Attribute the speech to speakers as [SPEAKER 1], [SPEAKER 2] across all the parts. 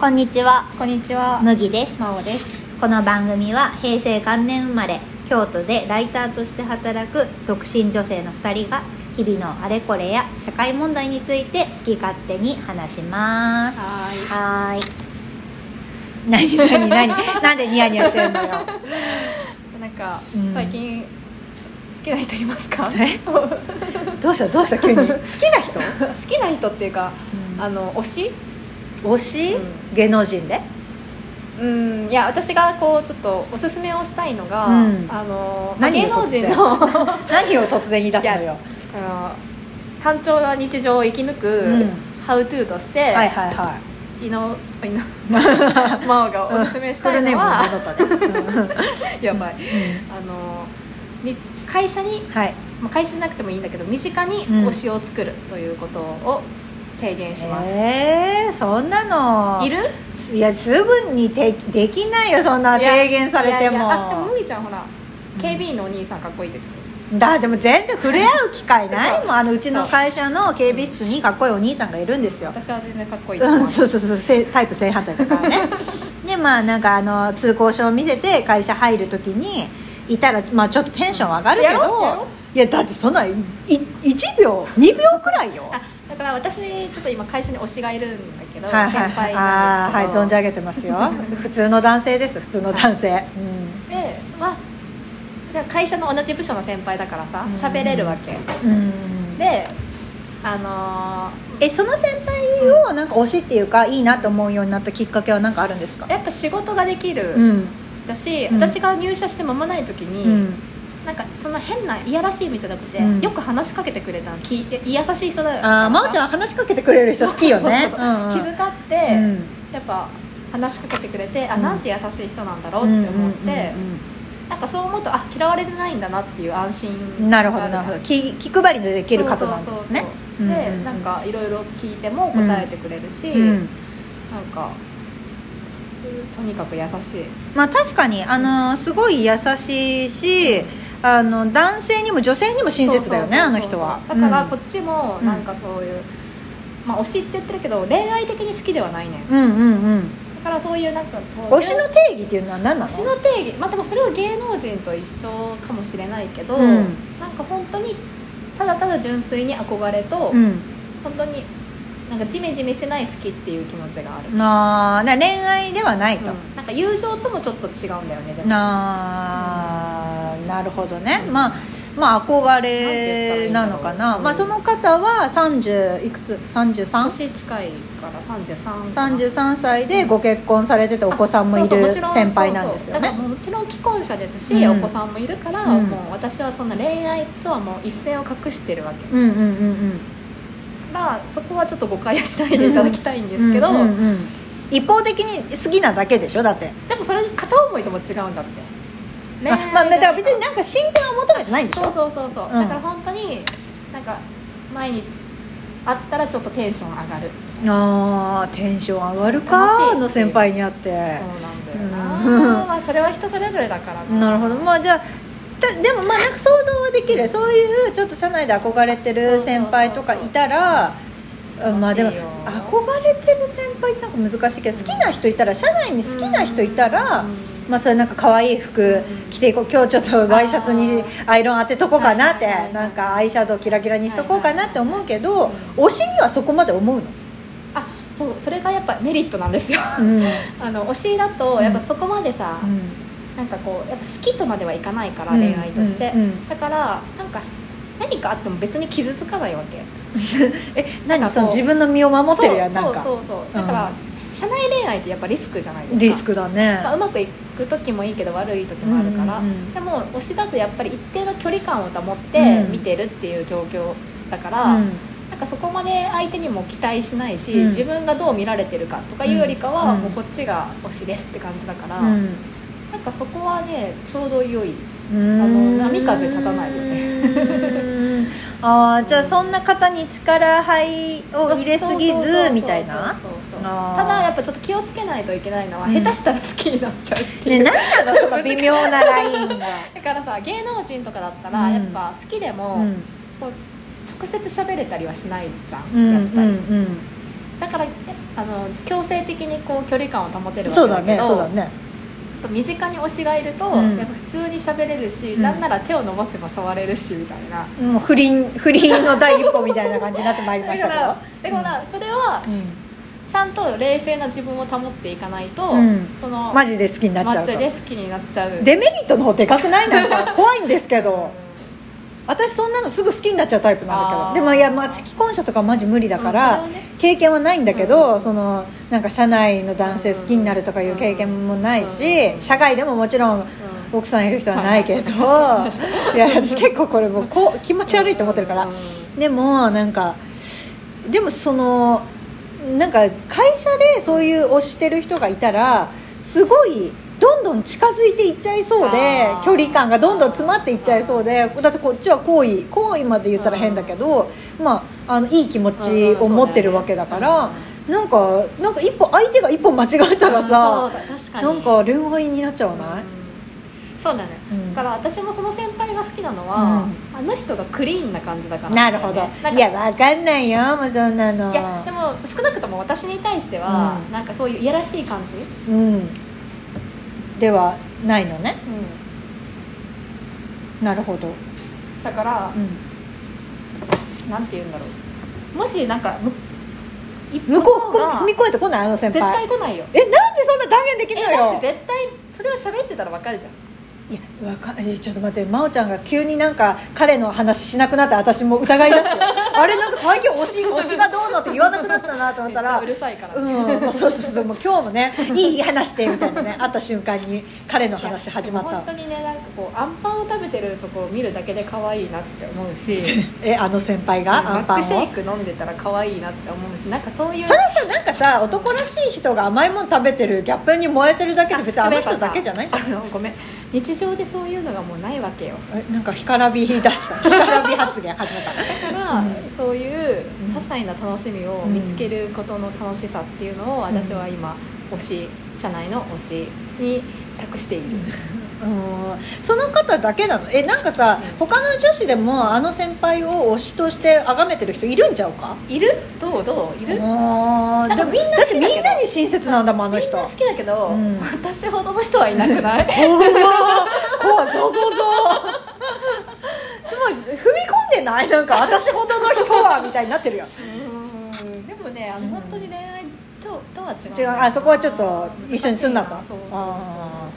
[SPEAKER 1] こんにちは
[SPEAKER 2] こんにちは。
[SPEAKER 1] 麦です
[SPEAKER 2] まおです。
[SPEAKER 1] この番組は平成元年生まれ京都でライターとして働く独身女性の2人が日々のあれこれや社会問題について好き勝手に話します
[SPEAKER 2] はーい
[SPEAKER 1] はーい何 何何なんでニヤニヤしてるのよ
[SPEAKER 2] なんか、
[SPEAKER 1] うん
[SPEAKER 2] 最近好きな人いますか？
[SPEAKER 1] え
[SPEAKER 2] 好
[SPEAKER 1] どうしたどうした 急に好きな人
[SPEAKER 2] きな人っていうか、
[SPEAKER 1] うん
[SPEAKER 2] あの推し？
[SPEAKER 1] 推し、
[SPEAKER 2] うん
[SPEAKER 1] 芸能人で
[SPEAKER 2] うん、いや私がこうちょっとおすすめをしたいのが、
[SPEAKER 1] うん
[SPEAKER 2] あの
[SPEAKER 1] 何
[SPEAKER 2] 芸
[SPEAKER 1] を
[SPEAKER 2] 能
[SPEAKER 1] 突然
[SPEAKER 2] 人の あの
[SPEAKER 1] 何を突然言い出すの
[SPEAKER 2] い
[SPEAKER 1] よ
[SPEAKER 2] や単調な日常を生き抜く、
[SPEAKER 1] うん
[SPEAKER 2] ハウトゥーとして、
[SPEAKER 1] はいはいは
[SPEAKER 2] 伊野 伊野真央が
[SPEAKER 1] い
[SPEAKER 2] おすすめしたいのは、
[SPEAKER 1] フルネームのどと で
[SPEAKER 2] やばい。
[SPEAKER 1] うん
[SPEAKER 2] あのに会社に
[SPEAKER 1] はい
[SPEAKER 2] まあ、会社じゃなくてもいいんだけど身近に
[SPEAKER 1] うん
[SPEAKER 2] 推しを作るということを提言します、
[SPEAKER 1] えー、そんなの
[SPEAKER 2] いる
[SPEAKER 1] いやすぐにできできないよそんない
[SPEAKER 2] や
[SPEAKER 1] 提言されても
[SPEAKER 2] いやいやあでも麦ちゃんほら、警備員のお兄さんかっこいいって
[SPEAKER 1] だでも全然触れ合う機会ないもんあのうちの
[SPEAKER 2] そう
[SPEAKER 1] 会社の警備室にかっこいいお兄さんがいるんですよ
[SPEAKER 2] 私は全然かっこいいと思
[SPEAKER 1] うん、そううそうそうせタイプ正反対だから ねでまあなんかあの通行証を見せて会社入る時にいたら、まあ、ちょっとテンション上がるけど
[SPEAKER 2] やろうやろ
[SPEAKER 1] いやだってそんないい1秒2秒くらいよ
[SPEAKER 2] あだから私ちょっと今会社に推しがいるんだけど、
[SPEAKER 1] はいはい
[SPEAKER 2] 先輩な
[SPEAKER 1] あ
[SPEAKER 2] ん
[SPEAKER 1] ーはい
[SPEAKER 2] ですけど
[SPEAKER 1] 存じ上げてますよ普通の男性です普通の男性、うん
[SPEAKER 2] でまあじゃあ会社の同じ部署の先輩だからさ
[SPEAKER 1] うん
[SPEAKER 2] 喋れるわけ
[SPEAKER 1] うん
[SPEAKER 2] であの
[SPEAKER 1] えその先輩をなんか推しっていうかいいなと思うようになったきっかけは何かあるんですか
[SPEAKER 2] ーやっぱ仕事ができる、
[SPEAKER 1] うん
[SPEAKER 2] だし、
[SPEAKER 1] うん
[SPEAKER 2] 私が入社して間もない時
[SPEAKER 1] う
[SPEAKER 2] に、
[SPEAKER 1] ん
[SPEAKER 2] なんかそんな変ないやらしい意味じゃなくて、
[SPEAKER 1] うん
[SPEAKER 2] よく話しかけてくれたのきいや優しい人だよ
[SPEAKER 1] ああ真央ちゃん話しかけてくれる人好きよね
[SPEAKER 2] そうそうそう気遣って、やっぱ話しかけてくれてあ
[SPEAKER 1] うん
[SPEAKER 2] なんて優しい人なんだろ
[SPEAKER 1] う
[SPEAKER 2] うんって思って、
[SPEAKER 1] うんうん
[SPEAKER 2] なんかそう思うとあ嫌われてないんだなっていう安心
[SPEAKER 1] なるほど
[SPEAKER 2] が
[SPEAKER 1] な
[SPEAKER 2] あ
[SPEAKER 1] るほど
[SPEAKER 2] じ
[SPEAKER 1] 気気配りのでき
[SPEAKER 2] ゃ
[SPEAKER 1] る方なんですね
[SPEAKER 2] そうそうそう
[SPEAKER 1] う
[SPEAKER 2] で、
[SPEAKER 1] うう
[SPEAKER 2] なんかいろいろ聞いても答えてくれるし、
[SPEAKER 1] うん
[SPEAKER 2] なんかとにかく優しい
[SPEAKER 1] まあ確かにあのすごい優しいしあの男性にも女性にも親切だよね
[SPEAKER 2] そ
[SPEAKER 1] あ
[SPEAKER 2] う
[SPEAKER 1] の
[SPEAKER 2] そうそうそう
[SPEAKER 1] 人は
[SPEAKER 2] だからこ
[SPEAKER 1] う
[SPEAKER 2] っちもなんかそういう、まあ推しって言ってるけど恋愛的に好きではないね
[SPEAKER 1] んうんうんうん
[SPEAKER 2] だからそういうなんかこう
[SPEAKER 1] 推しの定義っていうのは何なの
[SPEAKER 2] 推しの定義まあでもそれは芸能人と一緒かもしれないけど、
[SPEAKER 1] うん
[SPEAKER 2] なんか本当にただただ純粋に憧れと、
[SPEAKER 1] うん
[SPEAKER 2] 本当になんかジメジメしてない好きっていう気持ちがある、
[SPEAKER 1] なな恋愛ではないと、
[SPEAKER 2] うんなんか友情ともちょっと違うんだよねでも
[SPEAKER 1] なあなるほどね、まあまあ憧れなのかな
[SPEAKER 2] なんて言ったらいいんだろう
[SPEAKER 1] まあ、その方は30いくつ 33?33
[SPEAKER 2] 年近いから33かな
[SPEAKER 1] 歳でご結婚されててお子さんもい
[SPEAKER 2] そうそう
[SPEAKER 1] る
[SPEAKER 2] ちろ
[SPEAKER 1] 先輩なんですよ
[SPEAKER 2] そう
[SPEAKER 1] ね
[SPEAKER 2] そうだからもちろん既婚者ですし、
[SPEAKER 1] うん
[SPEAKER 2] お子さんもいるから、
[SPEAKER 1] うん
[SPEAKER 2] もう私はそんな恋愛とはもう一線を隠してるわけだ
[SPEAKER 1] うんうんうんうん
[SPEAKER 2] からそこはちょっと誤解はしないでいただきたいんですけど、
[SPEAKER 1] うんうんうん一方的に好きなだけでしょだって
[SPEAKER 2] でもそれ片思いとも違うんだって恋
[SPEAKER 1] まあ
[SPEAKER 2] 愛、
[SPEAKER 1] まあ、だから別になんか進展を求めてないんでしょ
[SPEAKER 2] そうそうそうそう、
[SPEAKER 1] ん
[SPEAKER 2] だから本当になんか毎日会ったらちょっとテンション上がる
[SPEAKER 1] あーテンション上がる
[SPEAKER 2] 楽しい
[SPEAKER 1] か
[SPEAKER 2] っていう
[SPEAKER 1] あの先輩に会って、
[SPEAKER 2] そうなんだよな、
[SPEAKER 1] うん
[SPEAKER 2] まあそれは人それぞれだからな
[SPEAKER 1] なるほどまあじゃあたでもまあなんか想像はできるそういうちょっと社内で憧れて
[SPEAKER 2] そう
[SPEAKER 1] る
[SPEAKER 2] そうそう
[SPEAKER 1] 先輩とかいたら
[SPEAKER 2] そう
[SPEAKER 1] まあでも
[SPEAKER 2] 楽しいよ
[SPEAKER 1] 憧れてる先輩ってなんか難しいけど好きな人いたら社内に好きな人いたら、
[SPEAKER 2] うん
[SPEAKER 1] まあそれなんか可愛い服着ていこう今日ちょっとワイシャツにアイロン当てとこうかなって
[SPEAKER 2] はいはいはいはい
[SPEAKER 1] なんかアイシャドウキラキラにしとこうかなって思うけど
[SPEAKER 2] はいはい
[SPEAKER 1] 推しにはそこまで思うの、
[SPEAKER 2] あそうそれがやっぱメリットなんですよ
[SPEAKER 1] うん
[SPEAKER 2] あの推しだとやっぱそこまでさ、なんかこうやっぱ好きとまではいかないから、
[SPEAKER 1] うん
[SPEAKER 2] 恋愛として、
[SPEAKER 1] うんうん
[SPEAKER 2] だからなんか何かあっても別に傷つかないわけ
[SPEAKER 1] え
[SPEAKER 2] なん
[SPEAKER 1] 何
[SPEAKER 2] かこう
[SPEAKER 1] その自分の身を守ってるやんなんか
[SPEAKER 2] そうそうそうそうだから、社内恋愛ってやっぱリスクじゃないですか
[SPEAKER 1] リスクだね、
[SPEAKER 2] まあ、うまくいく時もいいけど悪い時もあるから、
[SPEAKER 1] うんうんうん
[SPEAKER 2] でも推しだとやっぱり一定の距離感を保って
[SPEAKER 1] うん
[SPEAKER 2] 見てるっていう状況だから、
[SPEAKER 1] うん
[SPEAKER 2] なんかそこまで相手にも期待しないし、
[SPEAKER 1] うん
[SPEAKER 2] 自分がどう見られてるかとかいうよりかは、
[SPEAKER 1] うん
[SPEAKER 2] もうこっちが推しですって感じだから、
[SPEAKER 1] うん
[SPEAKER 2] なんかそこはねちょうど良い、
[SPEAKER 1] あの
[SPEAKER 2] の波風立たないよ
[SPEAKER 1] ねああじゃあそんな方に力入を入れすぎ
[SPEAKER 2] そうそうそう
[SPEAKER 1] ず
[SPEAKER 2] そう
[SPEAKER 1] みたいな
[SPEAKER 2] そうそうそう
[SPEAKER 1] あー
[SPEAKER 2] ただやっぱちょっと気をつけないといけないのは、
[SPEAKER 1] うん
[SPEAKER 2] 下手したら好きになっちゃ うっていう、
[SPEAKER 1] ね何なのその微妙なラインが
[SPEAKER 2] だからさ芸能人とかだった
[SPEAKER 1] う
[SPEAKER 2] ら
[SPEAKER 1] ん
[SPEAKER 2] やっぱ好きでも、
[SPEAKER 1] うん
[SPEAKER 2] こう直接喋れたりはしないじゃん、
[SPEAKER 1] うん
[SPEAKER 2] やっぱ
[SPEAKER 1] う
[SPEAKER 2] り
[SPEAKER 1] ん
[SPEAKER 2] だからあの強制的にこう距離感を保てるわ
[SPEAKER 1] そう
[SPEAKER 2] け
[SPEAKER 1] だ
[SPEAKER 2] だけ
[SPEAKER 1] ね
[SPEAKER 2] ど
[SPEAKER 1] そうだね
[SPEAKER 2] 身近に推しがいると、
[SPEAKER 1] うん
[SPEAKER 2] やっぱ普通に喋れるし、
[SPEAKER 1] うん
[SPEAKER 2] なんなら手を伸ばせば触れるしみたいな。
[SPEAKER 1] もう不倫不倫の第一歩みたいな感じになってまいりま
[SPEAKER 2] だ
[SPEAKER 1] し
[SPEAKER 2] か
[SPEAKER 1] たけ
[SPEAKER 2] ら
[SPEAKER 1] ど
[SPEAKER 2] だから それはちゃんと冷静な自分を保っていかないと、
[SPEAKER 1] うん
[SPEAKER 2] そうの
[SPEAKER 1] ん、マジで好きになっちゃ
[SPEAKER 2] 抹
[SPEAKER 1] うと
[SPEAKER 2] 茶で好きになっちゃう
[SPEAKER 1] デメリットの方でかくないなんか怖いんですけど私そんなのすぐ好きになっちゃうタイプなんだけ
[SPEAKER 2] あ
[SPEAKER 1] ど
[SPEAKER 2] ー
[SPEAKER 1] でもいやまあ既婚者とかマジ無理だから、
[SPEAKER 2] うんそれはね
[SPEAKER 1] 経験はないんだけど、
[SPEAKER 2] うん
[SPEAKER 1] そのなんか社内の男性好きになるとかいう経験もないし、
[SPEAKER 2] うん
[SPEAKER 1] 社外でももちろん奥さんいる人はないけど、、
[SPEAKER 2] はい
[SPEAKER 1] や私結構これもうこう気持ち悪いと思ってるから、
[SPEAKER 2] うん
[SPEAKER 1] でもなんかでもそのなんか会社でそういう推してる人がいたらすごいどんどん近づいていっちゃいそうで
[SPEAKER 2] あー
[SPEAKER 1] 距離感がどんどん詰まっていっちゃいそうでだってこっちは好意好意まで言ったら変だけど、まあ、あのいい気持ちを持ってるわけだから、なんかなんか一歩相手が一歩間違えたら
[SPEAKER 2] うん
[SPEAKER 1] さ、
[SPEAKER 2] そうだ確かに
[SPEAKER 1] なんか恋愛になっちゃわない、
[SPEAKER 2] うんそうだね、
[SPEAKER 1] うん
[SPEAKER 2] だから私もその先輩が好きなのは、あの人がクリーンな感じだから
[SPEAKER 1] なるほど
[SPEAKER 2] なん
[SPEAKER 1] い
[SPEAKER 2] か
[SPEAKER 1] やわかんないよもうそんなの
[SPEAKER 2] いやでも少なくとも私に対しては、
[SPEAKER 1] うん
[SPEAKER 2] なんかそういういやらしい感じ、
[SPEAKER 1] うんではないのねなるほど、
[SPEAKER 2] だから、
[SPEAKER 1] うん、
[SPEAKER 2] なんて言うんだろうもしなんかむ一
[SPEAKER 1] 向こう
[SPEAKER 2] 方が
[SPEAKER 1] 踏み越えてこないあの先
[SPEAKER 2] 絶
[SPEAKER 1] 輩
[SPEAKER 2] 対来ないよ
[SPEAKER 1] えなんでそんな断言できんの
[SPEAKER 2] えだっ
[SPEAKER 1] よ
[SPEAKER 2] て絶対それは喋ってたらわかるじゃん
[SPEAKER 1] いやわかえちょっと待って真央ちゃんが急になんか彼の話しなくなって私も疑い出す よあれなんか最近推し推しがどうのって言わなくなったなと思ったら
[SPEAKER 2] めっちゃうるさいから、
[SPEAKER 1] うん
[SPEAKER 2] い
[SPEAKER 1] もうそうそうそうもう今日もねいい話してみたいなね会った瞬間に彼の
[SPEAKER 2] や
[SPEAKER 1] 話始まっ
[SPEAKER 2] 本
[SPEAKER 1] た
[SPEAKER 2] 当にねなんかこうアンパンを食べてるとこを見るだけで可愛いなって思うし
[SPEAKER 1] え あの先輩がアンパンを
[SPEAKER 2] マックシェイク飲んでたら可愛いなって思うしなんかそういう
[SPEAKER 1] それさなんかさ男らしい人が甘いもの食べてるギャップに燃えてるだけで別にあの人だけじゃないんじゃん
[SPEAKER 2] あのごめん日常でそういうのがもうないわけよ
[SPEAKER 1] えなんか干からび出した干からび発言始まった
[SPEAKER 2] だから、そういう些細な楽しみを見つけることの楽しさっていうのを私は今推し社内の推しに託している、
[SPEAKER 1] うんその方だけなのえなんかさ
[SPEAKER 2] うん
[SPEAKER 1] 他の女子でもあの先輩を推しとして崇めてる人いるんちゃうか
[SPEAKER 2] いるどうどういる、みん
[SPEAKER 1] あー
[SPEAKER 2] な
[SPEAKER 1] で
[SPEAKER 2] んか
[SPEAKER 1] も
[SPEAKER 2] みんな
[SPEAKER 1] だ
[SPEAKER 2] 好
[SPEAKER 1] っ
[SPEAKER 2] きだ
[SPEAKER 1] て
[SPEAKER 2] けど
[SPEAKER 1] みんなに親切なんだもんあの人
[SPEAKER 2] な好きだけど、
[SPEAKER 1] うん
[SPEAKER 2] 私ほどの人はいなく ない
[SPEAKER 1] ほんまこうゾゾゾ でも踏み込んでないなんか私ほどの人はみたいになってるよ
[SPEAKER 2] うんでもねあの本当に恋愛ととは違う
[SPEAKER 1] 違うあそこはちょっと一緒に住んだと
[SPEAKER 2] 難しいなそうそう
[SPEAKER 1] あー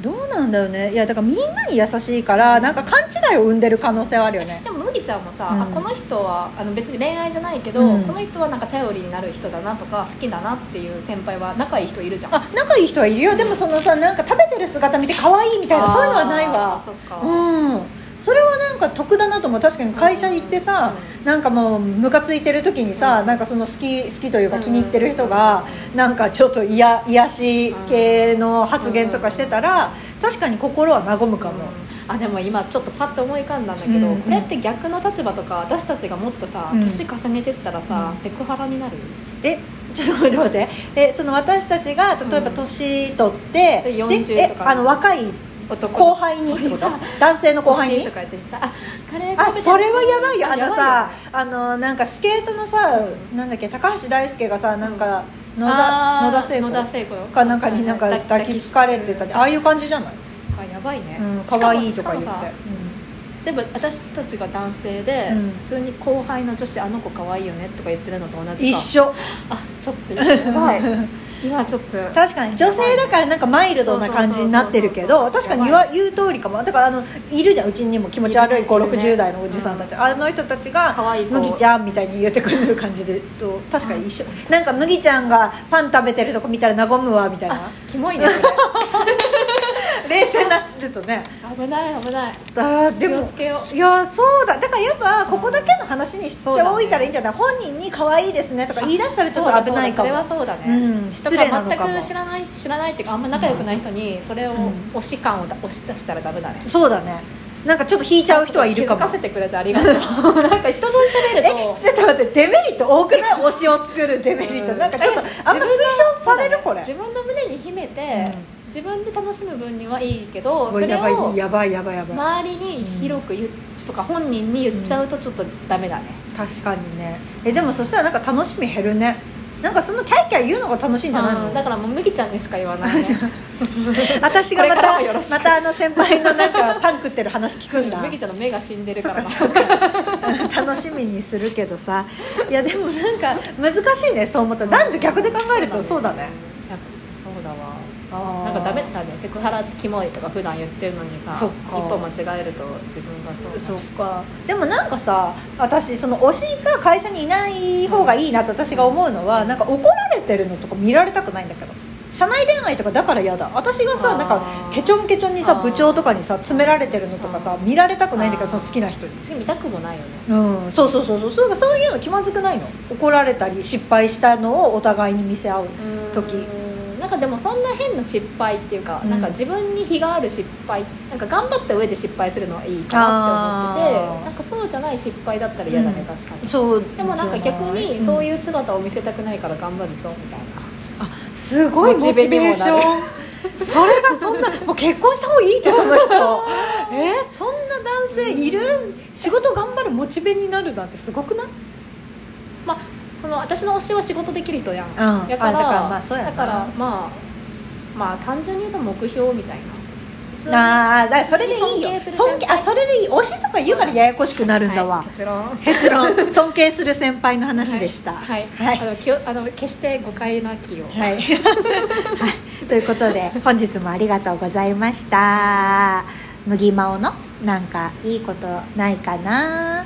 [SPEAKER 1] どうなんだよねいやだからみんなに優しいからなんか勘違いを生んでる可能性はあるよね
[SPEAKER 2] でも麦ちゃんもさ、
[SPEAKER 1] うん
[SPEAKER 2] あこの人はあの別に恋愛じゃないけど、
[SPEAKER 1] うん
[SPEAKER 2] この人はなんか頼りになる人だなとか好きだなっていう先輩は仲いい人いるじゃん
[SPEAKER 1] あ仲いい人はいるよでもそのさなんか食べてる姿見て可愛いみたいなそういうのはないわ
[SPEAKER 2] あーそっか
[SPEAKER 1] うんそれはなんか得だなと思う確かに会社行ってさ、なんかもうムカついてる時にさ、
[SPEAKER 2] うん
[SPEAKER 1] なんかその好き好きというか
[SPEAKER 2] うん
[SPEAKER 1] 気に入ってる人が、なんかちょっといや癒し系の発言とかしてたら、確かに心は和むかも、
[SPEAKER 2] あでも今ちょっとパッと思い浮かんだんだけど、
[SPEAKER 1] うんうん
[SPEAKER 2] これって逆の立場とか私たちがもっとさ、
[SPEAKER 1] うん
[SPEAKER 2] 年重ねてったらさ、
[SPEAKER 1] うん
[SPEAKER 2] セクハラになる
[SPEAKER 1] えちょっと待って待ってえその私たちが例えば
[SPEAKER 2] うん
[SPEAKER 1] 年取って、
[SPEAKER 2] で
[SPEAKER 1] で
[SPEAKER 2] 40
[SPEAKER 1] え
[SPEAKER 2] とか
[SPEAKER 1] あの若い
[SPEAKER 2] 男
[SPEAKER 1] 後輩にってこと
[SPEAKER 2] これさ
[SPEAKER 1] 男性の後輩
[SPEAKER 2] 欲しい
[SPEAKER 1] に
[SPEAKER 2] とか言ってさあカレー
[SPEAKER 1] あ
[SPEAKER 2] 食べち
[SPEAKER 1] そ
[SPEAKER 2] ゃった
[SPEAKER 1] れはやばいよあ
[SPEAKER 2] や
[SPEAKER 1] の
[SPEAKER 2] ばい
[SPEAKER 1] さあのなんかスケートのさ、
[SPEAKER 2] う
[SPEAKER 1] なんだっけ高橋大輔がさなんか野
[SPEAKER 2] あ
[SPEAKER 1] 田野
[SPEAKER 2] ー
[SPEAKER 1] 田聖子
[SPEAKER 2] 野田聖子
[SPEAKER 1] かなんかになんか
[SPEAKER 2] はい
[SPEAKER 1] 抱きつかれてたりああいう感じじゃない、
[SPEAKER 2] あやばいね
[SPEAKER 1] うん、かわいいとか言っ
[SPEAKER 2] しもさ
[SPEAKER 1] て
[SPEAKER 2] でも私たちが男性で、
[SPEAKER 1] うん
[SPEAKER 2] 普通に後輩の女子あの子可愛いよねとか言ってるのと同じか
[SPEAKER 1] 一緒
[SPEAKER 2] あちょっとや ばい今ちょっと
[SPEAKER 1] 確かに女性だからなんかマイルドな感じになってるけど
[SPEAKER 2] そう
[SPEAKER 1] 確
[SPEAKER 2] そうそ
[SPEAKER 1] か
[SPEAKER 2] うそ
[SPEAKER 1] に
[SPEAKER 2] う
[SPEAKER 1] 言わ言う通りかもだからあのいるじゃんうちにも気持ち悪い
[SPEAKER 2] いるね
[SPEAKER 1] 560代のおじさんたち、
[SPEAKER 2] うん
[SPEAKER 1] あの人たちが
[SPEAKER 2] 可愛い子
[SPEAKER 1] 麦ちゃん」みたいに言ってくれる感じでと確かに一緒なんか麦ちゃんがパン食べてるとこ見たら和むわみたいな
[SPEAKER 2] あキモいねそれ
[SPEAKER 1] 冷静になるとね
[SPEAKER 2] 危ない危ない
[SPEAKER 1] だで
[SPEAKER 2] 気
[SPEAKER 1] も
[SPEAKER 2] をつけよう
[SPEAKER 1] いやそうだだからやっぱここだけの話にして
[SPEAKER 2] そうだね
[SPEAKER 1] おいたらいいんじゃない、本人に可愛いですねとか言い出したらちょっと危ないか
[SPEAKER 2] そうだそうだそれ
[SPEAKER 1] も
[SPEAKER 2] はそうだね、
[SPEAKER 1] うん失礼なのかも
[SPEAKER 2] だから全く知らない知らないっていうかあんま仲良くない人にそれを
[SPEAKER 1] ん
[SPEAKER 2] 推し感を出押し出したらダメだね
[SPEAKER 1] そうだねなんかちょっと引いちゃう人はいるかも
[SPEAKER 2] 気づかせてくれてありがとうなんか人と喋
[SPEAKER 1] え
[SPEAKER 2] る
[SPEAKER 1] ち
[SPEAKER 2] と
[SPEAKER 1] ょっと待ってデメリット多くない 推しを作るデメリット、
[SPEAKER 2] うん
[SPEAKER 1] なんかちょっとあんま推奨されるこれ
[SPEAKER 2] 自分の胸に秘めて、
[SPEAKER 1] う
[SPEAKER 2] 自分で楽しむ分にはいいけど
[SPEAKER 1] こ
[SPEAKER 2] そ
[SPEAKER 1] れ
[SPEAKER 2] れ
[SPEAKER 1] やばい
[SPEAKER 2] を
[SPEAKER 1] やばいやばいやばい、
[SPEAKER 2] 周りに広く言うとか本人に言っちゃうとちょっとダメだね、
[SPEAKER 1] 確かにねえでもそしたらなんか楽しみ減るねなんかそのキャイキャイ言うのが楽しいんじゃないの、
[SPEAKER 2] うんだからもう麦ちゃんにしか言わな いね
[SPEAKER 1] 私がま
[SPEAKER 2] これから
[SPEAKER 1] た
[SPEAKER 2] もよろしく
[SPEAKER 1] またあの先輩のなんかパン食ってる話聞くんだ
[SPEAKER 2] 麦ちゃんの目が死んでるからな
[SPEAKER 1] そっかそっか 楽しみにするけどさいやでもなんか難しいねそう思ったら男女逆で考えるとそうだね
[SPEAKER 2] やっぱそうだわ
[SPEAKER 1] な
[SPEAKER 2] なんかダメだねセクハラキモいとか普段言ってるのにさ
[SPEAKER 1] そっ
[SPEAKER 2] 一
[SPEAKER 1] か
[SPEAKER 2] 歩間違えると自分がそ
[SPEAKER 1] そ
[SPEAKER 2] う
[SPEAKER 1] っかでもなんかさ私その推しが会社にいない方がいいなって私が思うのは、なんか怒られてるのとか見られたくないんだけど社内恋愛とかだから嫌だ私が
[SPEAKER 2] あ
[SPEAKER 1] さ
[SPEAKER 2] ー
[SPEAKER 1] なんかケチョンケチョンにさ
[SPEAKER 2] あー
[SPEAKER 1] 部長とかにさ詰められてるのとかさ
[SPEAKER 2] あー
[SPEAKER 1] 見られたくないんだけどそ
[SPEAKER 2] あー
[SPEAKER 1] の好きな人に
[SPEAKER 2] し見たくもないよね
[SPEAKER 1] うんそうそうそうそうそうそういうの気まずくないの怒られたり失敗したのをお互いに見せ合う時
[SPEAKER 2] うんなんかでもそんな変な失敗っていうか、
[SPEAKER 1] うん
[SPEAKER 2] なんか自分に非がある失敗なんか頑張った上で失敗するのはいいかなって思って
[SPEAKER 1] あー
[SPEAKER 2] てなんかそうじゃない失敗だったら嫌だね、
[SPEAKER 1] うん
[SPEAKER 2] 確かに
[SPEAKER 1] そう
[SPEAKER 2] でもなんか逆にそう
[SPEAKER 1] う
[SPEAKER 2] いう姿を見せたくないから頑張るぞみたいな
[SPEAKER 1] あすごいモ
[SPEAKER 2] モ
[SPEAKER 1] チ
[SPEAKER 2] チ
[SPEAKER 1] ベ
[SPEAKER 2] ベにもな
[SPEAKER 1] ー
[SPEAKER 2] る
[SPEAKER 1] ションそれがそんなもう結婚した方がいいってそ の人えーそんな男性いる仕事頑張るモチベになるなんてすごくない
[SPEAKER 2] まあその私の推しは仕事できる人やん、
[SPEAKER 1] ん
[SPEAKER 2] だから
[SPEAKER 1] あだからまあそうやな
[SPEAKER 2] だからまあまあ単純に言うと目標みたいな普通に
[SPEAKER 1] ああだからそれでいいよ
[SPEAKER 2] 尊敬する先
[SPEAKER 1] 尊
[SPEAKER 2] 輩
[SPEAKER 1] 敬あそれでいい推しとか言うからややこしくなるんだわ、
[SPEAKER 2] はい結論
[SPEAKER 1] 結論尊敬する先輩の話でした
[SPEAKER 2] はい、は
[SPEAKER 1] はい
[SPEAKER 2] い、あの気をあの決して誤解なきを
[SPEAKER 1] はい、はいということで本日もありがとうございました麦まおのなんかいいことないかな